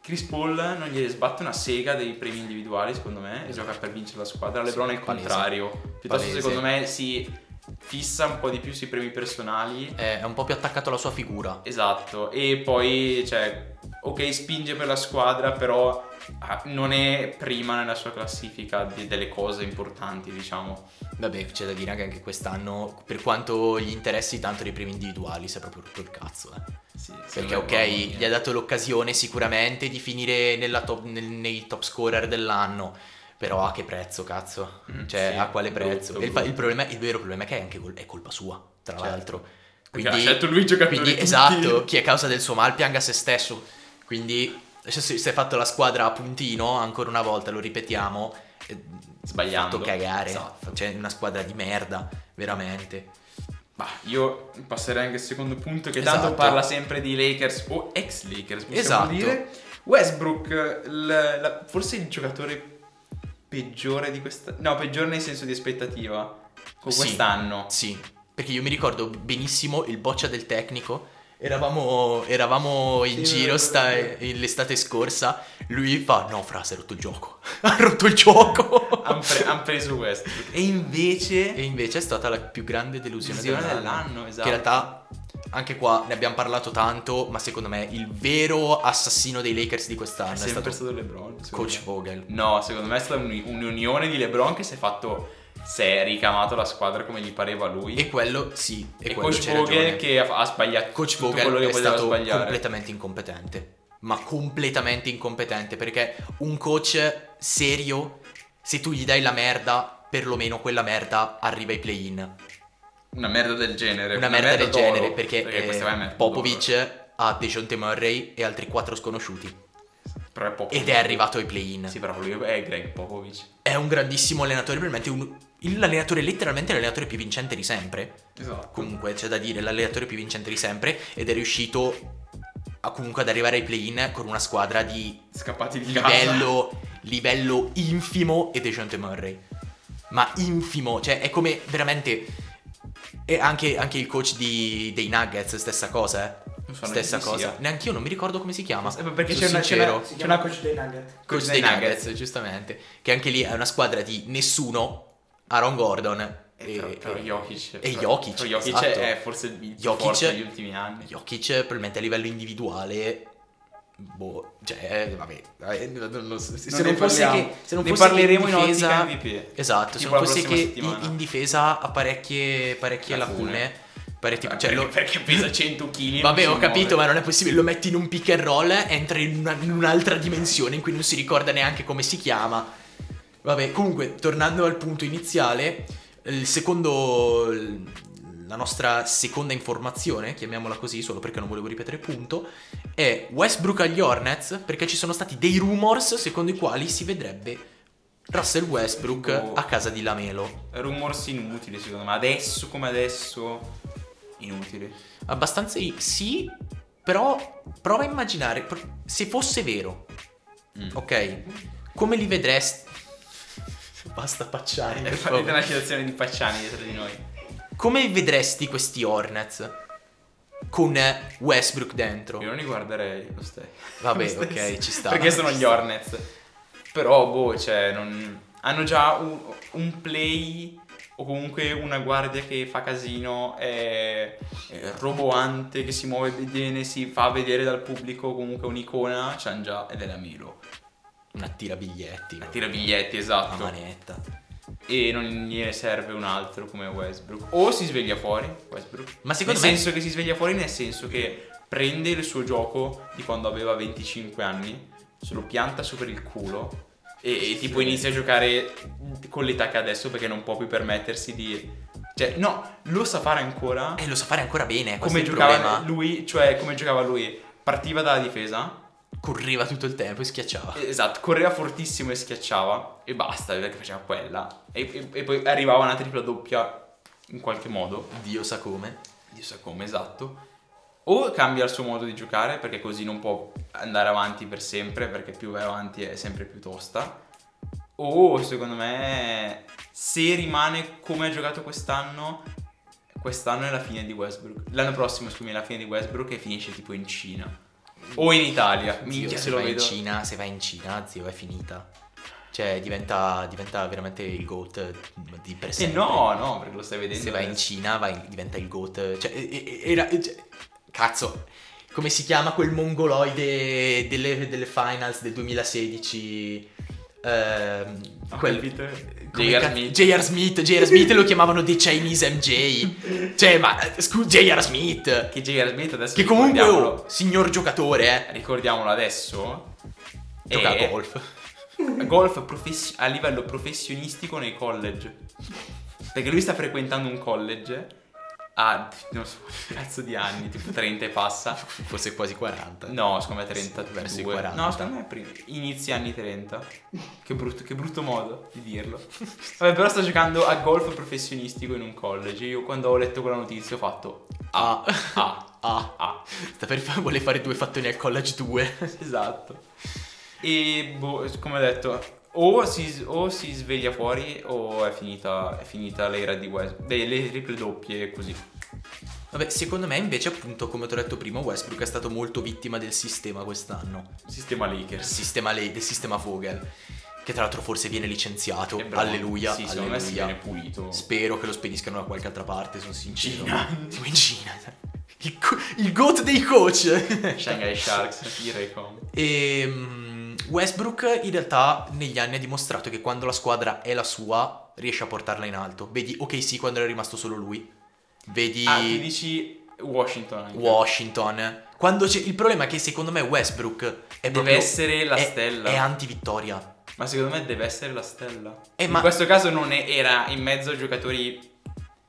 S2: Chris Paul non gli sbatte una sega dei premi individuali, secondo me, e gioca per vincere la squadra.
S1: Sì,
S2: LeBron è il
S1: palese.
S2: contrario. Piuttosto,
S1: Palese.
S2: secondo me, si fissa un po' di più sui premi personali.
S1: È un po' più attaccato alla sua figura.
S2: Esatto, e poi, cioè, ok, spinge per la squadra, però ah, non è prima nella sua classifica di- delle cose importanti, diciamo.
S1: Vabbè, c'è da dire anche che quest'anno, per quanto gli interessi tanto dei premi individuali, si è proprio rotto il cazzo. eh.
S2: Sì,
S1: Perché ok, gli ha dato l'occasione sicuramente di finire nella top- nel- nei top scorer dell'anno, però a che prezzo cazzo?
S2: Mm,
S1: Cioè
S2: sì,
S1: a quale
S2: brutto,
S1: prezzo? E il, fa-
S2: brutto.
S1: il problema- il vero problema è che è anche col- è colpa sua, tra
S2: Certo.
S1: l'altro.
S2: Perché ha scelto lui i giocatori
S1: quindi,
S2: tutti.
S1: esatto, chi è causa del suo mal pianga se stesso. Quindi se si si è fatto la squadra a puntino, ancora una volta lo ripetiamo, eh,
S2: Sbagliando.
S1: fatto cagare,
S2: Esatto.
S1: cioè una squadra di merda, veramente.
S2: Bah, io passerei anche al secondo punto che
S1: Esatto.
S2: tanto parla sempre di Lakers o ex Lakers, possiamo
S1: Esatto.
S2: dire. Westbrook, l- la- forse il giocatore peggiore di questa... No, peggiore nel senso di aspettativa. Con
S1: Sì.
S2: quest'anno.
S1: Sì, perché io mi ricordo benissimo il boccia del tecnico. Eravamo, eravamo in
S2: Sì,
S1: giro
S2: me lo ricordo
S1: sta-
S2: anch'io.
S1: l'estate scorsa. Lui fa: No, Fra, si è rotto il gioco. ha rotto il gioco.
S2: Hanno preso Westbrook. E invece...
S1: e invece è stata la più grande delusione
S2: Delusione
S1: dell'anno.
S2: dell'anno,
S1: Che
S2: esatto.
S1: in realtà, anche qua ne abbiamo parlato tanto. Ma secondo me, il vero assassino dei Lakers di quest'anno
S2: è
S1: è,
S2: sempre
S1: stato
S2: stato LeBron. secondo
S1: Coach
S2: me.
S1: Vogel.
S2: No, secondo me è stata un- un'unione di LeBron che si è fatto. Si è ricamato la squadra come gli pareva a lui.
S1: E quello, sì, e,
S2: E
S1: quello
S2: Coach
S1: c'è
S2: Vogel
S1: ragione.
S2: che ha, ha sbagliato
S1: Coach
S2: tutto quello
S1: Vogel
S2: che
S1: è
S2: poteva
S1: stato
S2: sbagliare.
S1: completamente incompetente, ma completamente incompetente perché un coach serio, se tu gli dai la merda, perlomeno quella merda arriva ai play-in.
S2: Una merda del genere.
S1: Una merda del
S2: Eh, d'oro,
S1: genere perché, eh,
S2: questa qua è merda
S1: Popovic ha Dejounte Murray e altri quattro sconosciuti
S2: d'oro. Però è Popovic.
S1: ed è arrivato ai play-in.
S2: Sì, però lui è Greg Popovic.
S1: È un grandissimo allenatore, probabilmente un- il- l'allenatore letteralmente l'allenatore più vincente di sempre.
S2: Esatto.
S1: comunque c'è da dire l'allenatore più vincente di sempre ed è riuscito a- comunque ad arrivare ai play-in con una squadra di
S2: Scappati di casa.
S1: livello, livello infimo e Dejounte Murray ma infimo cioè è come veramente e anche, anche il coach di- dei Nuggets stessa cosa eh
S2: Non so
S1: stessa
S2: neanche chi
S1: cosa
S2: sia.
S1: neanche io non mi ricordo come si chiama
S2: Eh, ma perché
S1: sono
S2: c'è una- c'è una-
S1: sincero
S2: C'è
S4: Si chiama
S2: una-
S4: coach dei Nugget.
S1: coach dei Nuggets, giustamente che anche lì è una squadra di nessuno Aaron Gordon
S2: E, però- però Jokic.
S1: e
S2: però-
S1: Jokic,
S2: però Jokic
S1: esatto.
S2: è forse il più
S1: Jokic-
S2: forte degli ultimi anni.
S1: Jokic probabilmente a livello individuale boh cioè vabbè eh, non lo so. se,
S2: Non
S1: se
S2: ne
S1: non fosse
S2: parliamo.
S1: che se non
S2: Ne
S1: fosse che
S2: parleremo
S1: in
S2: in
S1: difesa
S2: ottica MVP.
S1: esatto se
S2: Tipo
S1: non
S2: la
S1: fosse che
S2: prossima
S1: in,
S2: settimana.
S1: in difesa ha parecchie parecchie lacune,
S2: Lacune.
S1: parecchi-
S2: Eh,
S1: cioè,
S2: perché,
S1: lo-
S2: perché pesa 100 kg.
S1: Vabbè, ho capito, ma non è possibile. Lo metti in un pick and roll, entra in, una- in un'altra dimensione in cui non si ricorda neanche come si chiama. Vabbè, comunque, tornando al punto iniziale, il secondo. La nostra seconda informazione, chiamiamola così, solo perché non volevo ripetere punto, è Westbrook agli Hornets, perché ci sono stati dei rumors secondo i quali si vedrebbe Russell Westbrook
S2: Tipo-
S1: a casa di Lamelo.
S2: Rumors inutili, secondo me. Adesso come adesso. Inutili.
S1: Abbastanza i- sì, però prova a immaginare pro- se fosse vero,
S2: Mm.
S1: ok? Come li vedresti? Eh, Basta pacciare. per favore.
S2: Fate una citazione di Pacciani dietro di noi.
S1: Come vedresti questi Hornets con eh, Westbrook
S2: Io
S1: dentro?
S2: non li guarderei lo stesso.
S1: Vabbè,
S2: Lo stesso.
S1: ok, ci sta.
S2: Perché sono
S1: Ci
S2: gli
S1: sta.
S2: Hornets. Però, boh, cioè, non... hanno già un, un play o comunque una guardia che fa casino, è, è roboante, che si muove bene, si fa vedere dal pubblico comunque un'icona, c'han già ed è la Milo.
S1: Una tira biglietti.
S2: La tira biglietti, esatto.
S1: Una manetta.
S2: E non ne serve un altro come Westbrook. O si sveglia fuori, Westbrook.
S1: Ma secondo
S2: nel
S1: me-
S2: senso che si sveglia fuori nel senso che prende il suo gioco di quando aveva 25 anni, se lo pianta su per il culo e, e tipo inizia a giocare con l'età che ha adesso perché non può più permettersi di... Cioè, no, lo sa fare ancora
S1: E lo sa fare ancora bene. Eh, Questo
S2: come
S1: è il
S2: giocava
S1: problema.
S2: lui, cioè come giocava lui. Partiva dalla difesa,
S1: Correva tutto il tempo e schiacciava.
S2: Esatto, correva fortissimo e schiacciava e basta, perché faceva quella. E, e- e poi arrivava una tripla doppia in qualche modo,
S1: Dio sa come.
S2: Dio sa come, esatto. O cambia il suo modo di giocare perché così non può andare avanti per sempre, perché più vai avanti è sempre più tosta. O secondo me, se rimane come ha giocato quest'anno, quest'anno è la fine di Westbrook. L'anno prossimo, scusami, è la fine di Westbrook e finisce tipo in Cina. O in Italia,
S1: Zio,
S2: minchia se
S1: se
S2: lo
S1: vai in
S2: vedo.
S1: Cina, se vai in Cina, zio, è finita. Cioè, diventa, diventa veramente il GOAT di per
S2: Se
S1: sempre.
S2: Eh, no, no, perché lo stai vedendo.
S1: Se vai in
S2: adesso.
S1: Cina, vai in- diventa il GOAT. Cioè, e- e- era- cioè, cazzo, come si chiama quel mongoloide delle, delle finals del 2016? Ehm,
S2: Ho
S1: quel-
S2: capito.
S1: come
S2: J.R.
S1: cazzo-
S2: Ah, Smith.
S1: J.R. Smith. J.R. Smith lo chiamavano The Chinese MJ. Cioè, ma scusa, J.R. Smith.
S2: Che J.R. Smith adesso.
S1: Che comunque,
S2: ricordiamolo,
S1: oh, signor giocatore, eh.
S2: ricordiamolo adesso.
S1: Gioca
S2: è-
S1: a golf.
S2: Golf profes- a livello professionistico nei college. Perché lui sta frequentando un college. A non so, cazzo di anni, tipo 30 e passa.
S1: Forse quasi 40.
S2: No, secondo me 30
S1: Sì, verso i 40.
S2: No, secondo me prima. Inizia anni 30. Che brutto, che brutto modo di dirlo. Vabbè, però sta giocando a golf professionistico in un college. Io quando ho letto quella notizia ho fatto
S1: Ah.
S2: ah,
S1: Ah.
S2: ah.
S1: Sta per fa- vuole fare due fattoni al college 2.
S2: Esatto. E boh, come ho detto, o si, o si sveglia fuori o è finita, è finita l'era di West. dei- Le triple doppie così.
S1: Vabbè, secondo me invece, appunto, come ti ho detto prima, Westbrook è stato molto vittima del sistema quest'anno.
S2: Sistema
S1: Del
S2: Lakers.
S1: sistema, lei, del sistema Vogel. Che tra l'altro forse viene licenziato.
S2: È bravo.
S1: Alleluia.
S2: Sì, secondo me si
S1: alleluia.
S2: viene pulito.
S1: Spero che lo spediscano da qualche altra parte, sono sincero.
S2: Cina.
S1: Tipo in Cina. Il, co- il goat dei coach.
S2: Shanghai Sharks, i Raycom.
S1: E mm, Westbrook in realtà negli anni ha dimostrato che quando la squadra è la sua riesce a portarla in alto. Vedi ok sì quando era rimasto solo lui. Vedi
S2: Ah, tu dici Washington anche.
S1: Washington. Quando c'è- il problema è che secondo me Westbrook è
S2: Deve
S1: proprio-
S2: essere la
S1: è-
S2: stella.
S1: È antivittoria.
S2: Ma secondo me deve essere la stella.
S1: Eh,
S2: in
S1: ma-
S2: questo caso non è- era in mezzo a giocatori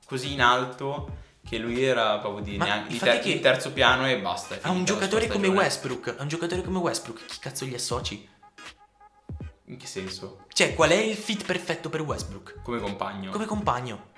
S2: così in alto che lui era proprio di,
S1: Ma
S2: neanche, di,
S1: il fatto
S2: ter-
S1: è che
S2: di terzo piano e basta. è
S1: A un
S2: finita la sua
S1: giocatore come
S2: stagione.
S1: Westbrook, a un giocatore come Westbrook, chi cazzo gli associ?
S2: In che senso?
S1: Cioè, qual è il fit perfetto per Westbrook?
S2: Come compagno.
S1: Come compagno.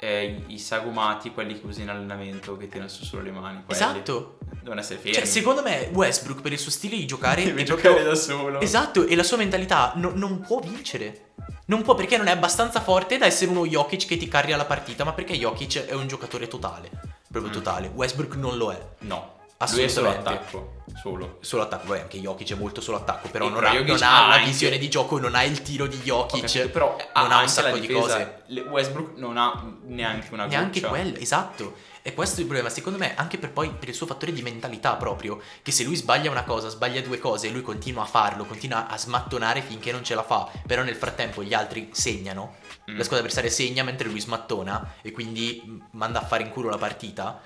S2: Eh, I sagomati, quelli che usi in allenamento, che tirano su solo le mani. quelli.
S1: Esatto.
S2: Devono essere fermi.
S1: Cioè, secondo me Westbrook per il suo stile di giocare
S2: Deve
S1: è
S2: giocare
S1: proprio
S2: da solo.
S1: Esatto, e la sua mentalità no- non può vincere. Non può perché non è abbastanza forte da essere uno Jokic che ti carria la partita, ma perché Jokic è un giocatore totale. Proprio
S2: Mm.
S1: totale. Westbrook non lo è.
S2: No. Lui è solo
S1: Assolutamente.
S2: attacco. Solo.
S1: Solo attacco, vabbè, anche Jokic è molto solo attacco, però
S2: Sì,
S1: non
S2: però
S1: ha,
S2: Jokic
S1: non ha
S2: ha
S1: la
S2: anche-
S1: visione di gioco, non ha il tiro di
S2: Ho
S1: Jokic.
S2: capito, però
S1: non ha un
S2: anche
S1: sacco
S2: la
S1: di
S2: difesa.
S1: cose.
S2: Le- Westbrook non ha neanche una
S1: Neanche
S2: goccia.
S1: quello, esatto. E questo è il problema, secondo me, anche per poi per il suo fattore di mentalità proprio, che se lui sbaglia una cosa, sbaglia due cose e lui continua a farlo, continua a smattonare finché non ce la fa, però nel frattempo gli altri segnano,
S2: Mm.
S1: la squadra avversaria segna mentre lui smattona e quindi mh, manda a fare in culo la partita,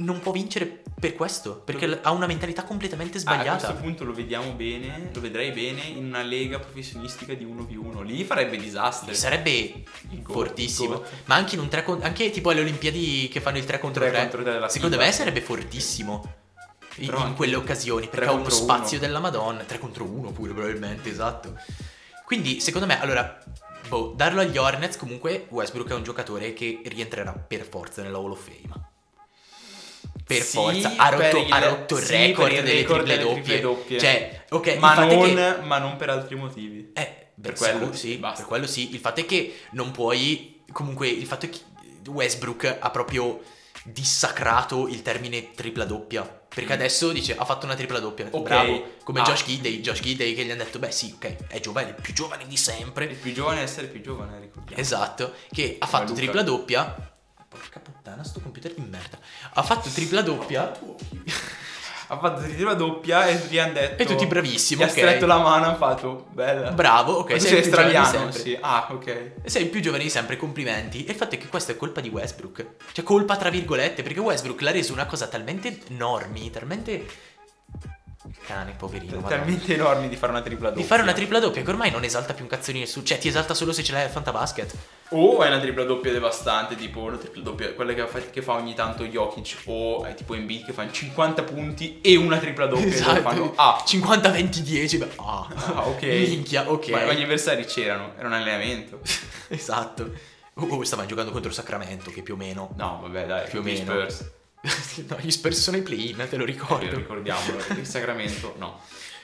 S1: non può vincere per questo, perché l- ha una mentalità completamente
S2: Ah, a
S1: sbagliata.
S2: questo punto lo vediamo bene, lo vedrai bene in una lega professionistica di 1v1. Lì farebbe disastri.
S1: Gli Sarebbe
S2: Il go-
S1: fortissimo.
S2: il go-
S1: Ma anche in un 3 contro anche tipo alle Olimpiadi che fanno il 3 contro
S2: Tre
S1: 3.
S2: contro tre della
S1: secondo
S2: FIBA.
S1: me sarebbe fortissimo. in-
S2: Però
S1: in
S2: anche
S1: quelle occasioni,
S2: tre
S1: perché ha uno
S2: contro
S1: spazio
S2: uno.
S1: della Madonna. 3 contro 1 pure, probabilmente, esatto. Quindi, secondo me, allora, boh, darlo agli Hornets, comunque Westbrook è un giocatore che rientrerà per forza nella Hall of Fame. Per
S2: Sì,
S1: forza, ha
S2: per
S1: rotto,
S2: il-
S1: ha rotto il
S2: sì,
S1: record,
S2: per il
S1: delle,
S2: record
S1: triple
S2: delle
S1: doppie.
S2: triple doppie.
S1: Cioè, ok,
S2: ma,
S1: il fatto è
S2: non,
S1: che-
S2: ma non per altri motivi.
S1: eh,
S2: Per
S1: per
S2: quello,
S1: quello sì,
S2: basta.
S1: per quello sì. Il fatto è che non puoi. Comunque, il fatto è che Westbrook ha proprio dissacrato il termine tripla doppia. Perché adesso dice ha fatto una tripla doppia.
S2: Mm. Ok.
S1: Bravo. Come
S2: Ah.
S1: Josh Gidey, Josh Gidey che gli hanno detto: Beh, sì, ok, è giovane, il più giovane di sempre.
S2: Il più giovane a essere più giovane, ricordiamo.
S1: Esatto, che ha fatto
S2: Luca.
S1: tripla doppia. Porca puttana, sto computer di merda. Ha fatto tripla doppia.
S2: Ha fatto la doppia e gli hanno detto...
S1: E tutti bravissimi,
S2: Gli ha
S1: ok.
S2: stretto la mano hanno fatto, bella.
S1: Bravo, ok,
S2: Ma tu
S1: sei
S2: sei
S1: il più giovane di
S2: australiano,
S1: sempre.
S2: sì. Ah, ok.
S1: Sei il più giovane di sempre, complimenti. E il fatto è che questa è colpa di Westbrook. Cioè, colpa tra virgolette, perché Westbrook l'ha reso una cosa talmente normi, talmente. Cane, poverino. madonna.
S2: Talmente enormi di fare una tripla doppia.
S1: Di fare una tripla doppia che ormai non esalta più un cazzo di nessuno. Cioè, ti esalta solo se ce l'hai al Fantabasket.
S2: O è una tripla doppia devastante, tipo una tripla doppia, quella che fa, che fa ogni tanto Jokic, o è tipo Embiid che fa 50 punti e una tripla doppia. dove
S1: Esatto.
S2: Fanno, ah,
S1: 50, 20, 10. beh, Ah,
S2: ah, ok.
S1: Minchia, ok.
S2: Ma gli avversari c'erano, era un allenamento.
S1: Esatto. Oh, oh, stava giocando contro il Sacramento, che più o meno.
S2: No, vabbè, dai,
S1: Più o
S2: gli
S1: meno.
S2: Spurs.
S1: no, gli Spurs sono i play-in, te lo
S2: Eh,
S1: ricordo.
S2: ricordiamolo, il Sacramento, no.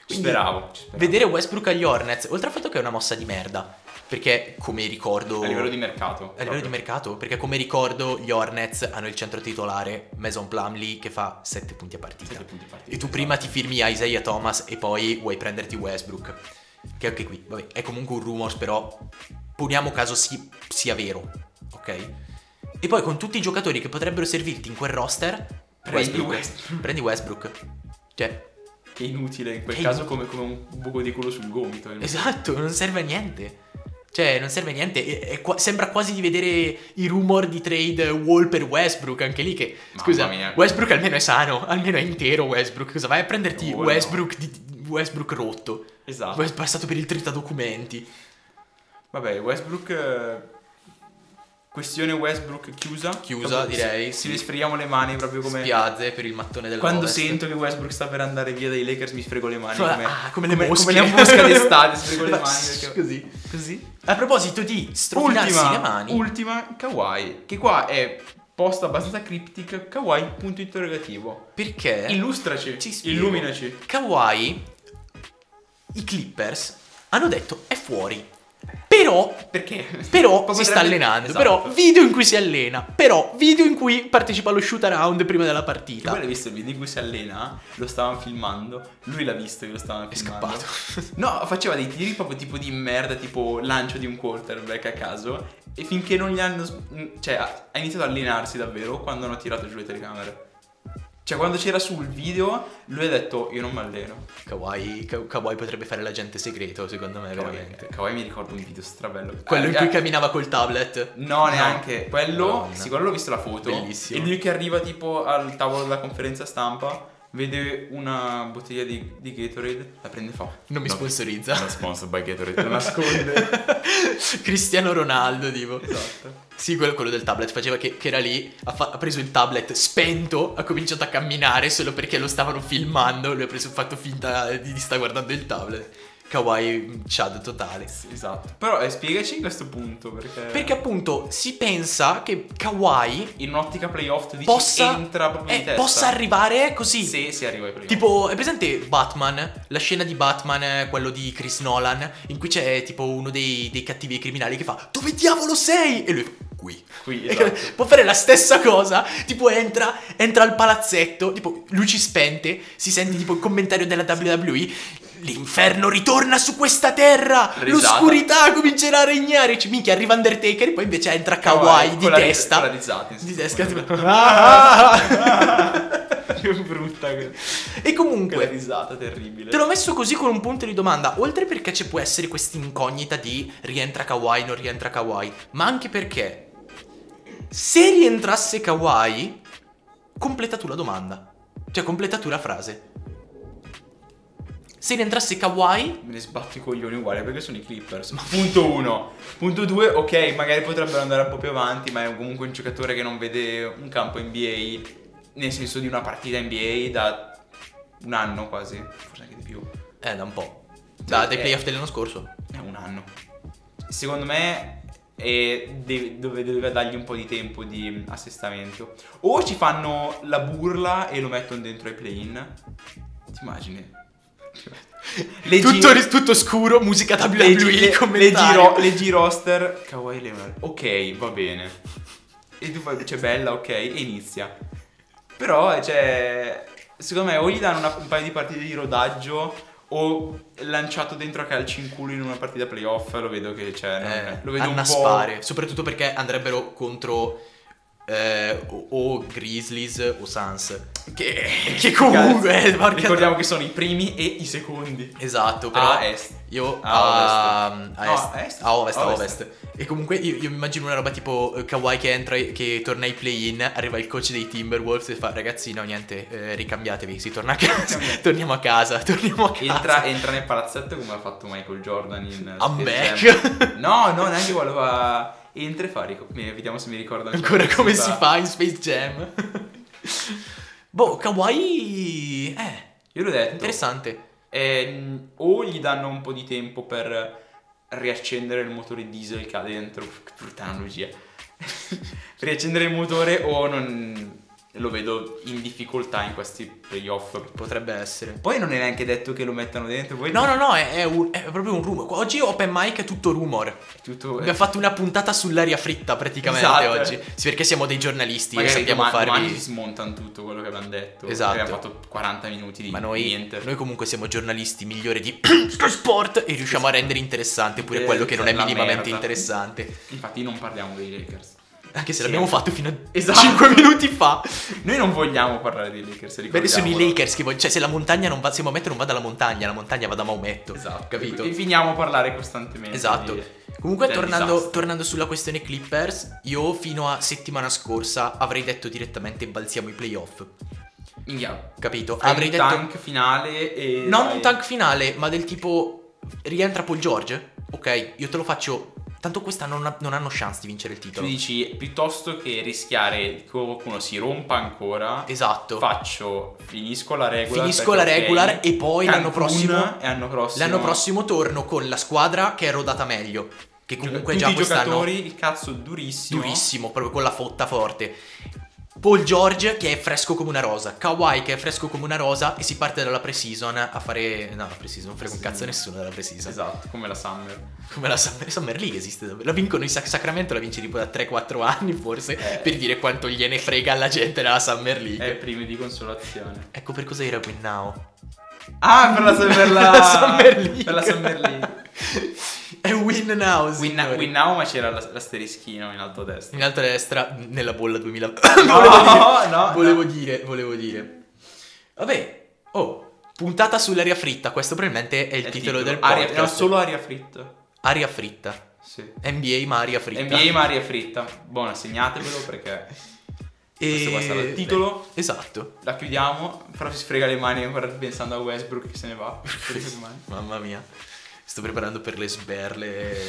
S2: Ci
S1: Quindi,
S2: speravo, ci speravo.
S1: Vedere Westbrook agli Hornets, oltre al fatto che è una mossa di merda, perché come ricordo...
S2: A livello di mercato.
S1: a livello di mercato, perché come ricordo gli Hornets hanno il centro titolare Mason Plumlee che fa 7 punti a partita.
S2: mercato.
S1: E tu prima ti firmi Isaiah Thomas e poi vuoi prenderti Westbrook. Che anche qui, vabbè, è comunque un rumor, però poniamo caso si- sia vero, ok? E poi con tutti i giocatori che potrebbero servirti in quel roster,
S2: Prendi
S1: Westbrook.
S2: Westbrook.
S1: Prendi Westbrook. Cioè,
S2: Che inutile, in quel
S1: Che
S2: caso come, come un buco di culo sul gomito.
S1: Esatto, non serve a niente. Cioè, non serve a niente. E- e qua- sembra quasi di vedere i rumor di trade Wall per Westbrook, anche lì che...
S2: Mamma
S1: scusa,
S2: mia.
S1: Westbrook almeno è sano, almeno è intero Westbrook. Cosa vai a prenderti
S2: Wall no.
S1: Westbrook, di- Westbrook rotto?
S2: Esatto.
S1: West- passato per il tritadocumenti.
S2: Vabbè, Westbrook... eh, Questione Westbrook chiusa.
S1: Chiusa,
S2: Proprio-
S1: direi,
S2: Si,
S1: sì.
S2: si sfreghiamo le mani proprio come...
S1: Spiazze per il mattone del
S2: Quando sento che Westbrook sta per andare via dai Lakers mi sfrego le mani.
S1: Come,
S2: Come,
S1: ah, come le
S2: come-
S1: mosche.
S2: come la mosca d'estate, sfrego le mani perché-
S1: Così.
S2: Così.
S1: A proposito di strofinarsi le
S2: Ultima,
S1: mani...
S2: ultima, Kawhi. Che qua è posta abbastanza criptica. Kawhi, punto interrogativo.
S1: perché...
S2: Illustraci.
S1: Eh. Ci spiego.
S2: illuminaci.
S1: Kawhi, i Clippers hanno detto è fuori. Però,
S2: Perché?
S1: però si
S2: Potrebbe-
S1: sta allenando.
S2: Esatto.
S1: Però video in cui si allena. Però video in cui partecipa allo shoot around prima della
S2: Tu
S1: partita.
S2: hai visto il video in cui si allena? Lo stavano filmando. Lui l'ha visto, io lo stavano
S1: È
S2: filmando.
S1: scappato.
S2: No, faceva dei tiri proprio tipo di merda, tipo lancio di un quarterback a caso. E finché non gli hanno. s- Cioè, ha ha iniziato ad allenarsi davvero quando hanno tirato giù le telecamere. Cioè, quando c'era sul video, lui ha detto: Io non mi alleno.
S1: Kawhi, Ka- Kawhi potrebbe fare l'agente segreto, secondo me, veramente.
S2: Veramente. Kawhi mi ricordo un video strabello.
S1: Quello in
S2: Eh,
S1: cui
S2: eh,
S1: camminava col tablet.
S2: No, neanche. Quello,
S1: Madonna.
S2: sì, quello l'ho visto la foto.
S1: Bellissimo.
S2: E lui che arriva tipo al tavolo della conferenza stampa, vede una bottiglia di, di Gatorade, la prende e fa.
S1: Non mi
S2: No,
S1: sponsorizza.
S2: Non sponsor by Gatorade, la nasconde.
S1: Cristiano Ronaldo, tipo.
S2: esatto.
S1: Sì, quello, quello del tablet faceva che, che era lì, ha, fa- ha preso il tablet spento, ha cominciato a camminare solo perché lo stavano filmando, lui ha preso, fatto finta di, di sta guardando il tablet. Kawaii chad totale.
S2: Sì, esatto. Però eh, spiegaci in questo punto perché.
S1: Perché appunto si pensa che Kawaii
S2: in un'ottica playoff tu dici
S1: possa,
S2: entra proprio
S1: eh,
S2: in testa.
S1: possa arrivare così.
S2: Se si arriva ai playoff.
S1: Tipo, è presente Batman? La scena di Batman, eh, quello di Chris Nolan, in cui c'è tipo uno dei, dei cattivi criminali che fa Dove diavolo sei? E lui fa, qui.
S2: Qui, esatto.
S1: Può fare la stessa cosa, tipo entra, entra al palazzetto, tipo luci spente, si sente tipo il commentario della WWE, l'inferno ritorna su questa terra,
S2: Risata.
S1: l'oscurità comincerà a regnare, Cioè, minchia arriva Undertaker e poi invece entra Kawhi di
S2: Con la-
S1: testa,
S2: con la risata, insomma.
S1: di testa, tipo, "Ah, ah, ah".
S2: che brutta quella
S1: e
S2: quella
S1: comunque...
S2: risata terribile.
S1: Te l'ho messo così con un punto di domanda, oltre perché ci può essere questa incognita di rientra Kawhi, non rientra Kawhi, ma anche perché se rientrasse Kawhi, completa tu la domanda, cioè completa tu la frase. Se rientrasse Kawhi,
S2: Me ne sbatto i coglioni uguali perché sono i Clippers. Ma punto 1. Punto 2, ok, magari potrebbero andare un po' più avanti, ma è comunque un giocatore che non vede un campo NBA, nel senso di una partita NBA da un anno quasi, forse anche di più.
S1: eh da un po', da, dai
S2: eh.
S1: playoff dell'anno scorso.
S2: È un anno. Secondo me è- de- dove doveva dargli un po' di tempo di assestamento. O ci fanno la burla e lo mettono dentro ai play-in. Ti immagini? Leggi-
S1: Tutto, ri- tutto scuro, musica WWE,
S2: Leggi, le,
S1: commentario.
S2: leggi, ro- leggi roster Kawhi Leonard. Ok, va bene. E tu fai, cioè, bella, ok, e inizia. Però, cioè, secondo me o gli danno una- un paio di partite di rodaggio o lanciato dentro a calci in culo in una partita playoff, lo vedo che, cioè, non-
S1: Eh,
S2: lo vedo un po'...
S1: annaspare, soprattutto perché andrebbero contro eh, o, o Grizzlies o Suns.
S2: Che,
S1: Che comunque,
S2: Cazzo.
S1: eh, porca-
S2: Ricordiamo che sono i primi e i secondi.
S1: Esatto, però
S2: A est.
S1: io
S2: A
S1: a, mm, a
S2: No,
S1: est,
S2: a est?
S1: a ovest, a
S2: A
S1: ovest. E comunque io, io mi immagino una roba tipo eh, Kawhi che entra, e- che torna ai play-in, arriva il coach dei Timberwolves e fa ragazzi no niente, eh, ricambiatevi, si torna a casa, torniamo a casa, torniamo a casa.
S2: Entra, entra nel palazzetto come ha fatto Michael Jordan in... eh.
S1: I'm
S2: Space
S1: back.
S2: Jam. No, no, neanche voleva... Entra e fa... ric- Vediamo se mi ricordo
S1: Ancora come si fa in Space Jam. boh, Kawhi... Eh,
S2: Io l'ho detto.
S1: interessante.
S2: Ehm, o gli danno un po' di tempo per riaccendere il motore diesel che ha dentro. Che brutta analogia. riaccendere il motore o non lo vedo in difficoltà in questi playoff.
S1: Potrebbe essere.
S2: Poi non è neanche detto che lo mettano dentro. Poi
S1: No, no, no, è, è un- è proprio un rumore. Oggi Open Mic è tutto rumor.
S2: è tutto.
S1: Abbiamo fatto una puntata sull'aria fritta praticamente
S2: Esatto.
S1: oggi. Sì, perché siamo dei giornalisti
S2: magari
S1: e sappiamo
S2: doma-
S1: farvi.
S2: domani si smontano tutto quello che abbiamo detto.
S1: Esatto.
S2: Abbiamo fatto 40 minuti di
S1: Ma noi,
S2: niente.
S1: noi comunque siamo giornalisti migliori di sport e riusciamo a rendere interessante pure quello che non è
S2: Esatto. La
S1: minimamente
S2: merda.
S1: interessante.
S2: Infatti non parliamo dei Lakers.
S1: Anche se
S2: Sì.
S1: l'abbiamo fatto fino a
S2: Esatto.
S1: 5 minuti fa.
S2: Noi non vogliamo parlare dei Lakers.
S1: Bene, sono i
S2: ricordiamolo.
S1: Lakers che vogliono. Cioè, se la montagna non va. Se Maometto non va dalla montagna, la montagna va da Maometto.
S2: Esatto.
S1: Capito?
S2: E finiamo a parlare costantemente.
S1: Esatto.
S2: di-
S1: Comunque,
S2: del
S1: tornando,
S2: disastro.
S1: tornando sulla questione Clippers, io fino a settimana scorsa avrei detto direttamente balziamo i playoff.
S2: Minchia,
S1: Capito?
S2: fai
S1: avrei
S2: un
S1: detto.
S2: tank finale e...
S1: Non
S2: dai.
S1: un tank finale, ma del tipo rientra Paul George? Ok, io te lo faccio. Tanto quest'anno non, ha- non hanno chance di vincere il
S2: Tu
S1: titolo.
S2: dici, piuttosto che rischiare che qualcuno si rompa ancora,
S1: Esatto.
S2: faccio, finisco la regola.
S1: Finisco la regular e poi l'anno prossimo-
S2: E l'anno prossimo...
S1: L'anno prossimo torno con la squadra che è rodata meglio. Che comunque
S2: Tutti
S1: già
S2: i
S1: quest'anno
S2: giocatori, il cazzo durissimo.
S1: durissimo, proprio con la fotta forte. Paul George che è fresco come una rosa, Kawhi che è fresco come una rosa e si parte dalla pre-season a fare... No, la pre-season non frega un cazzo a nessuno dalla pre-season.
S2: Esatto, come la Summer.
S1: Come la Summer, Summer League esiste davvero. La vincono i Sac- Sacramento, la vince tipo da 3-4 anni forse,
S2: Eh.
S1: per dire quanto gliene frega alla gente della Summer
S2: È
S1: League.
S2: prima Eh, di consolazione.
S1: Ecco per cosa era Win Now.
S2: Ah, per la, per la,
S1: La Summer League.
S2: Per la Summer League.
S1: È Win Now,
S2: Win,
S1: signori.
S2: win now, ma c'era la- l'asterischino in alto a destra.
S1: In alto a destra, nella bolla 2000...
S2: No,
S1: volevo dire,
S2: no, no.
S1: volevo dire, volevo dire. Vabbè, oh, puntata sull'aria fritta, questo probabilmente è il,
S2: È
S1: titolo, del
S2: Aria-
S1: podcast.
S2: no, solo aria fritta.
S1: Aria fritta.
S2: Sì.
S1: NBA ma aria fritta.
S2: NBA ma aria fritta. Buona, segnatevelo perché
S1: E-
S2: questo può essere il titolo.
S1: Beh, esatto.
S2: la chiudiamo. Però si sfrega le mani ancora pensando a Westbrook che se ne va. Sfrega le mani.
S1: Mamma mia, sto preparando per le sberle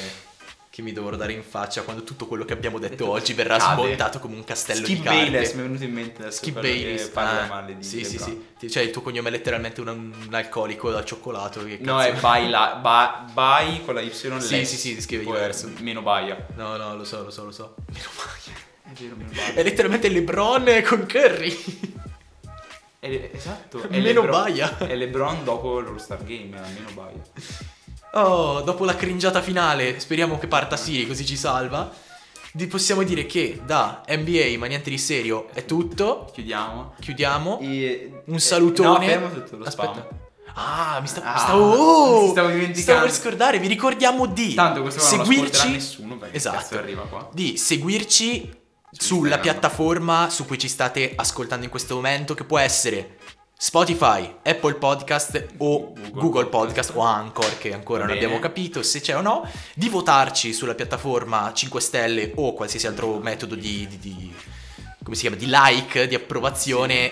S1: che mi dovrò dare in faccia quando tutto quello che abbiamo detto oggi verrà
S2: Cade.
S1: smontato come un castello
S2: Skip
S1: di carte.
S2: Bayless mi è venuto in mente adesso.
S1: Skip
S2: quello che
S1: Bayless.
S2: Parla
S1: ah,
S2: male di
S1: sì, sì,
S2: LeBron.
S1: sì. Ti- Cioè, il tuo cognome è letteralmente un, un alcolico da cioccolato. Che
S2: No,
S1: cazzo-
S2: è Baila, ba, Bai con la Y
S1: Sì,
S2: less.
S1: sì, sì, si scrive
S2: Poi
S1: diverso.
S2: Meno Baia.
S1: No, no, lo so, lo so, lo so. Meno male.
S2: È vero, meno
S1: È letteralmente LeBron con Curry.
S2: esatto. È
S1: Meno
S2: LeBron-
S1: Baia.
S2: È LeBron dopo l'All Star Game, era meno Baia.
S1: Oh, dopo la cringiata finale, speriamo che parta Siri così ci salva. Di- possiamo dire che da NBA, ma niente di serio, è tutto.
S2: Chiudiamo.
S1: Chiudiamo.
S2: E- eh,
S1: Un salutone.
S2: No, fermo tutto lo
S1: Aspetta.
S2: spam.
S1: Ah, mi sta- mi
S2: Ah,
S1: stavo.
S2: mi
S1: oh,
S2: stavo dimenticando.
S1: Stavo per scordare, vi ricordiamo di
S2: Tanto questo qua non lo ascolterà
S1: seguirci.
S2: nessuno perché
S1: Esatto.
S2: cazzo arriva qua.
S1: Di seguirci sulla
S2: Instagram.
S1: piattaforma su cui ci state ascoltando in questo momento, che può essere Spotify, Apple Podcast o
S2: Google
S1: Google, Podcast o Anchor, che ancora non
S2: Bene.
S1: abbiamo capito se c'è o no. Di votarci sulla piattaforma 5 Stelle o qualsiasi altro metodo di. di- di- come si chiama? Di like, di approvazione.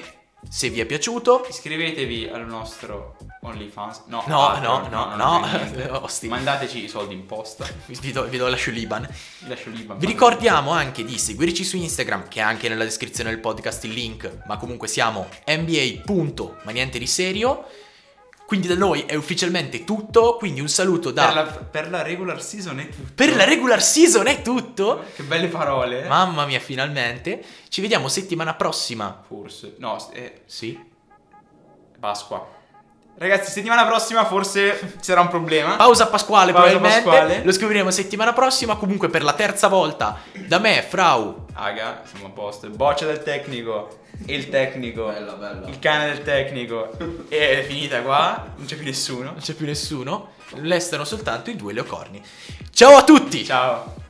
S1: Se vi è piaciuto,
S2: Iscrivetevi al nostro OnlyFans. No,
S1: No,
S2: Patreon,
S1: no, no,
S2: non
S1: no.
S2: c'è niente.
S1: Osti.
S2: Mandateci i soldi in posta.
S1: vi do, vi do lascio l'Iban.
S2: Vi lascio lì.
S1: Vi ricordiamo anche di seguirci su Instagram, che è anche nella descrizione del podcast il link, ma comunque siamo NBA. punto, Ma niente di serio. Quindi da noi è ufficialmente tutto, quindi un saluto da...
S2: Per la, per la regular season è tutto.
S1: per la regular season è tutto.
S2: Che belle parole. eh.
S1: Mamma mia, finalmente. Ci vediamo settimana prossima.
S2: Forse. No, è
S1: Sì.
S2: eh, Pasqua. Ragazzi, settimana prossima forse c'era un problema.
S1: Pausa Pasquale
S2: Pausa
S1: probabilmente.
S2: pasquale.
S1: Lo scopriremo settimana prossima. Comunque per la terza volta da me, Frau.
S2: Raga, siamo a posto. Boccia del tecnico. Il tecnico.
S3: Bella, bella.
S2: Il cane del tecnico. E è finita qua. Non c'è più nessuno.
S1: Non c'è più nessuno. Restano soltanto i due leocorni. Ciao a tutti.
S2: Ciao.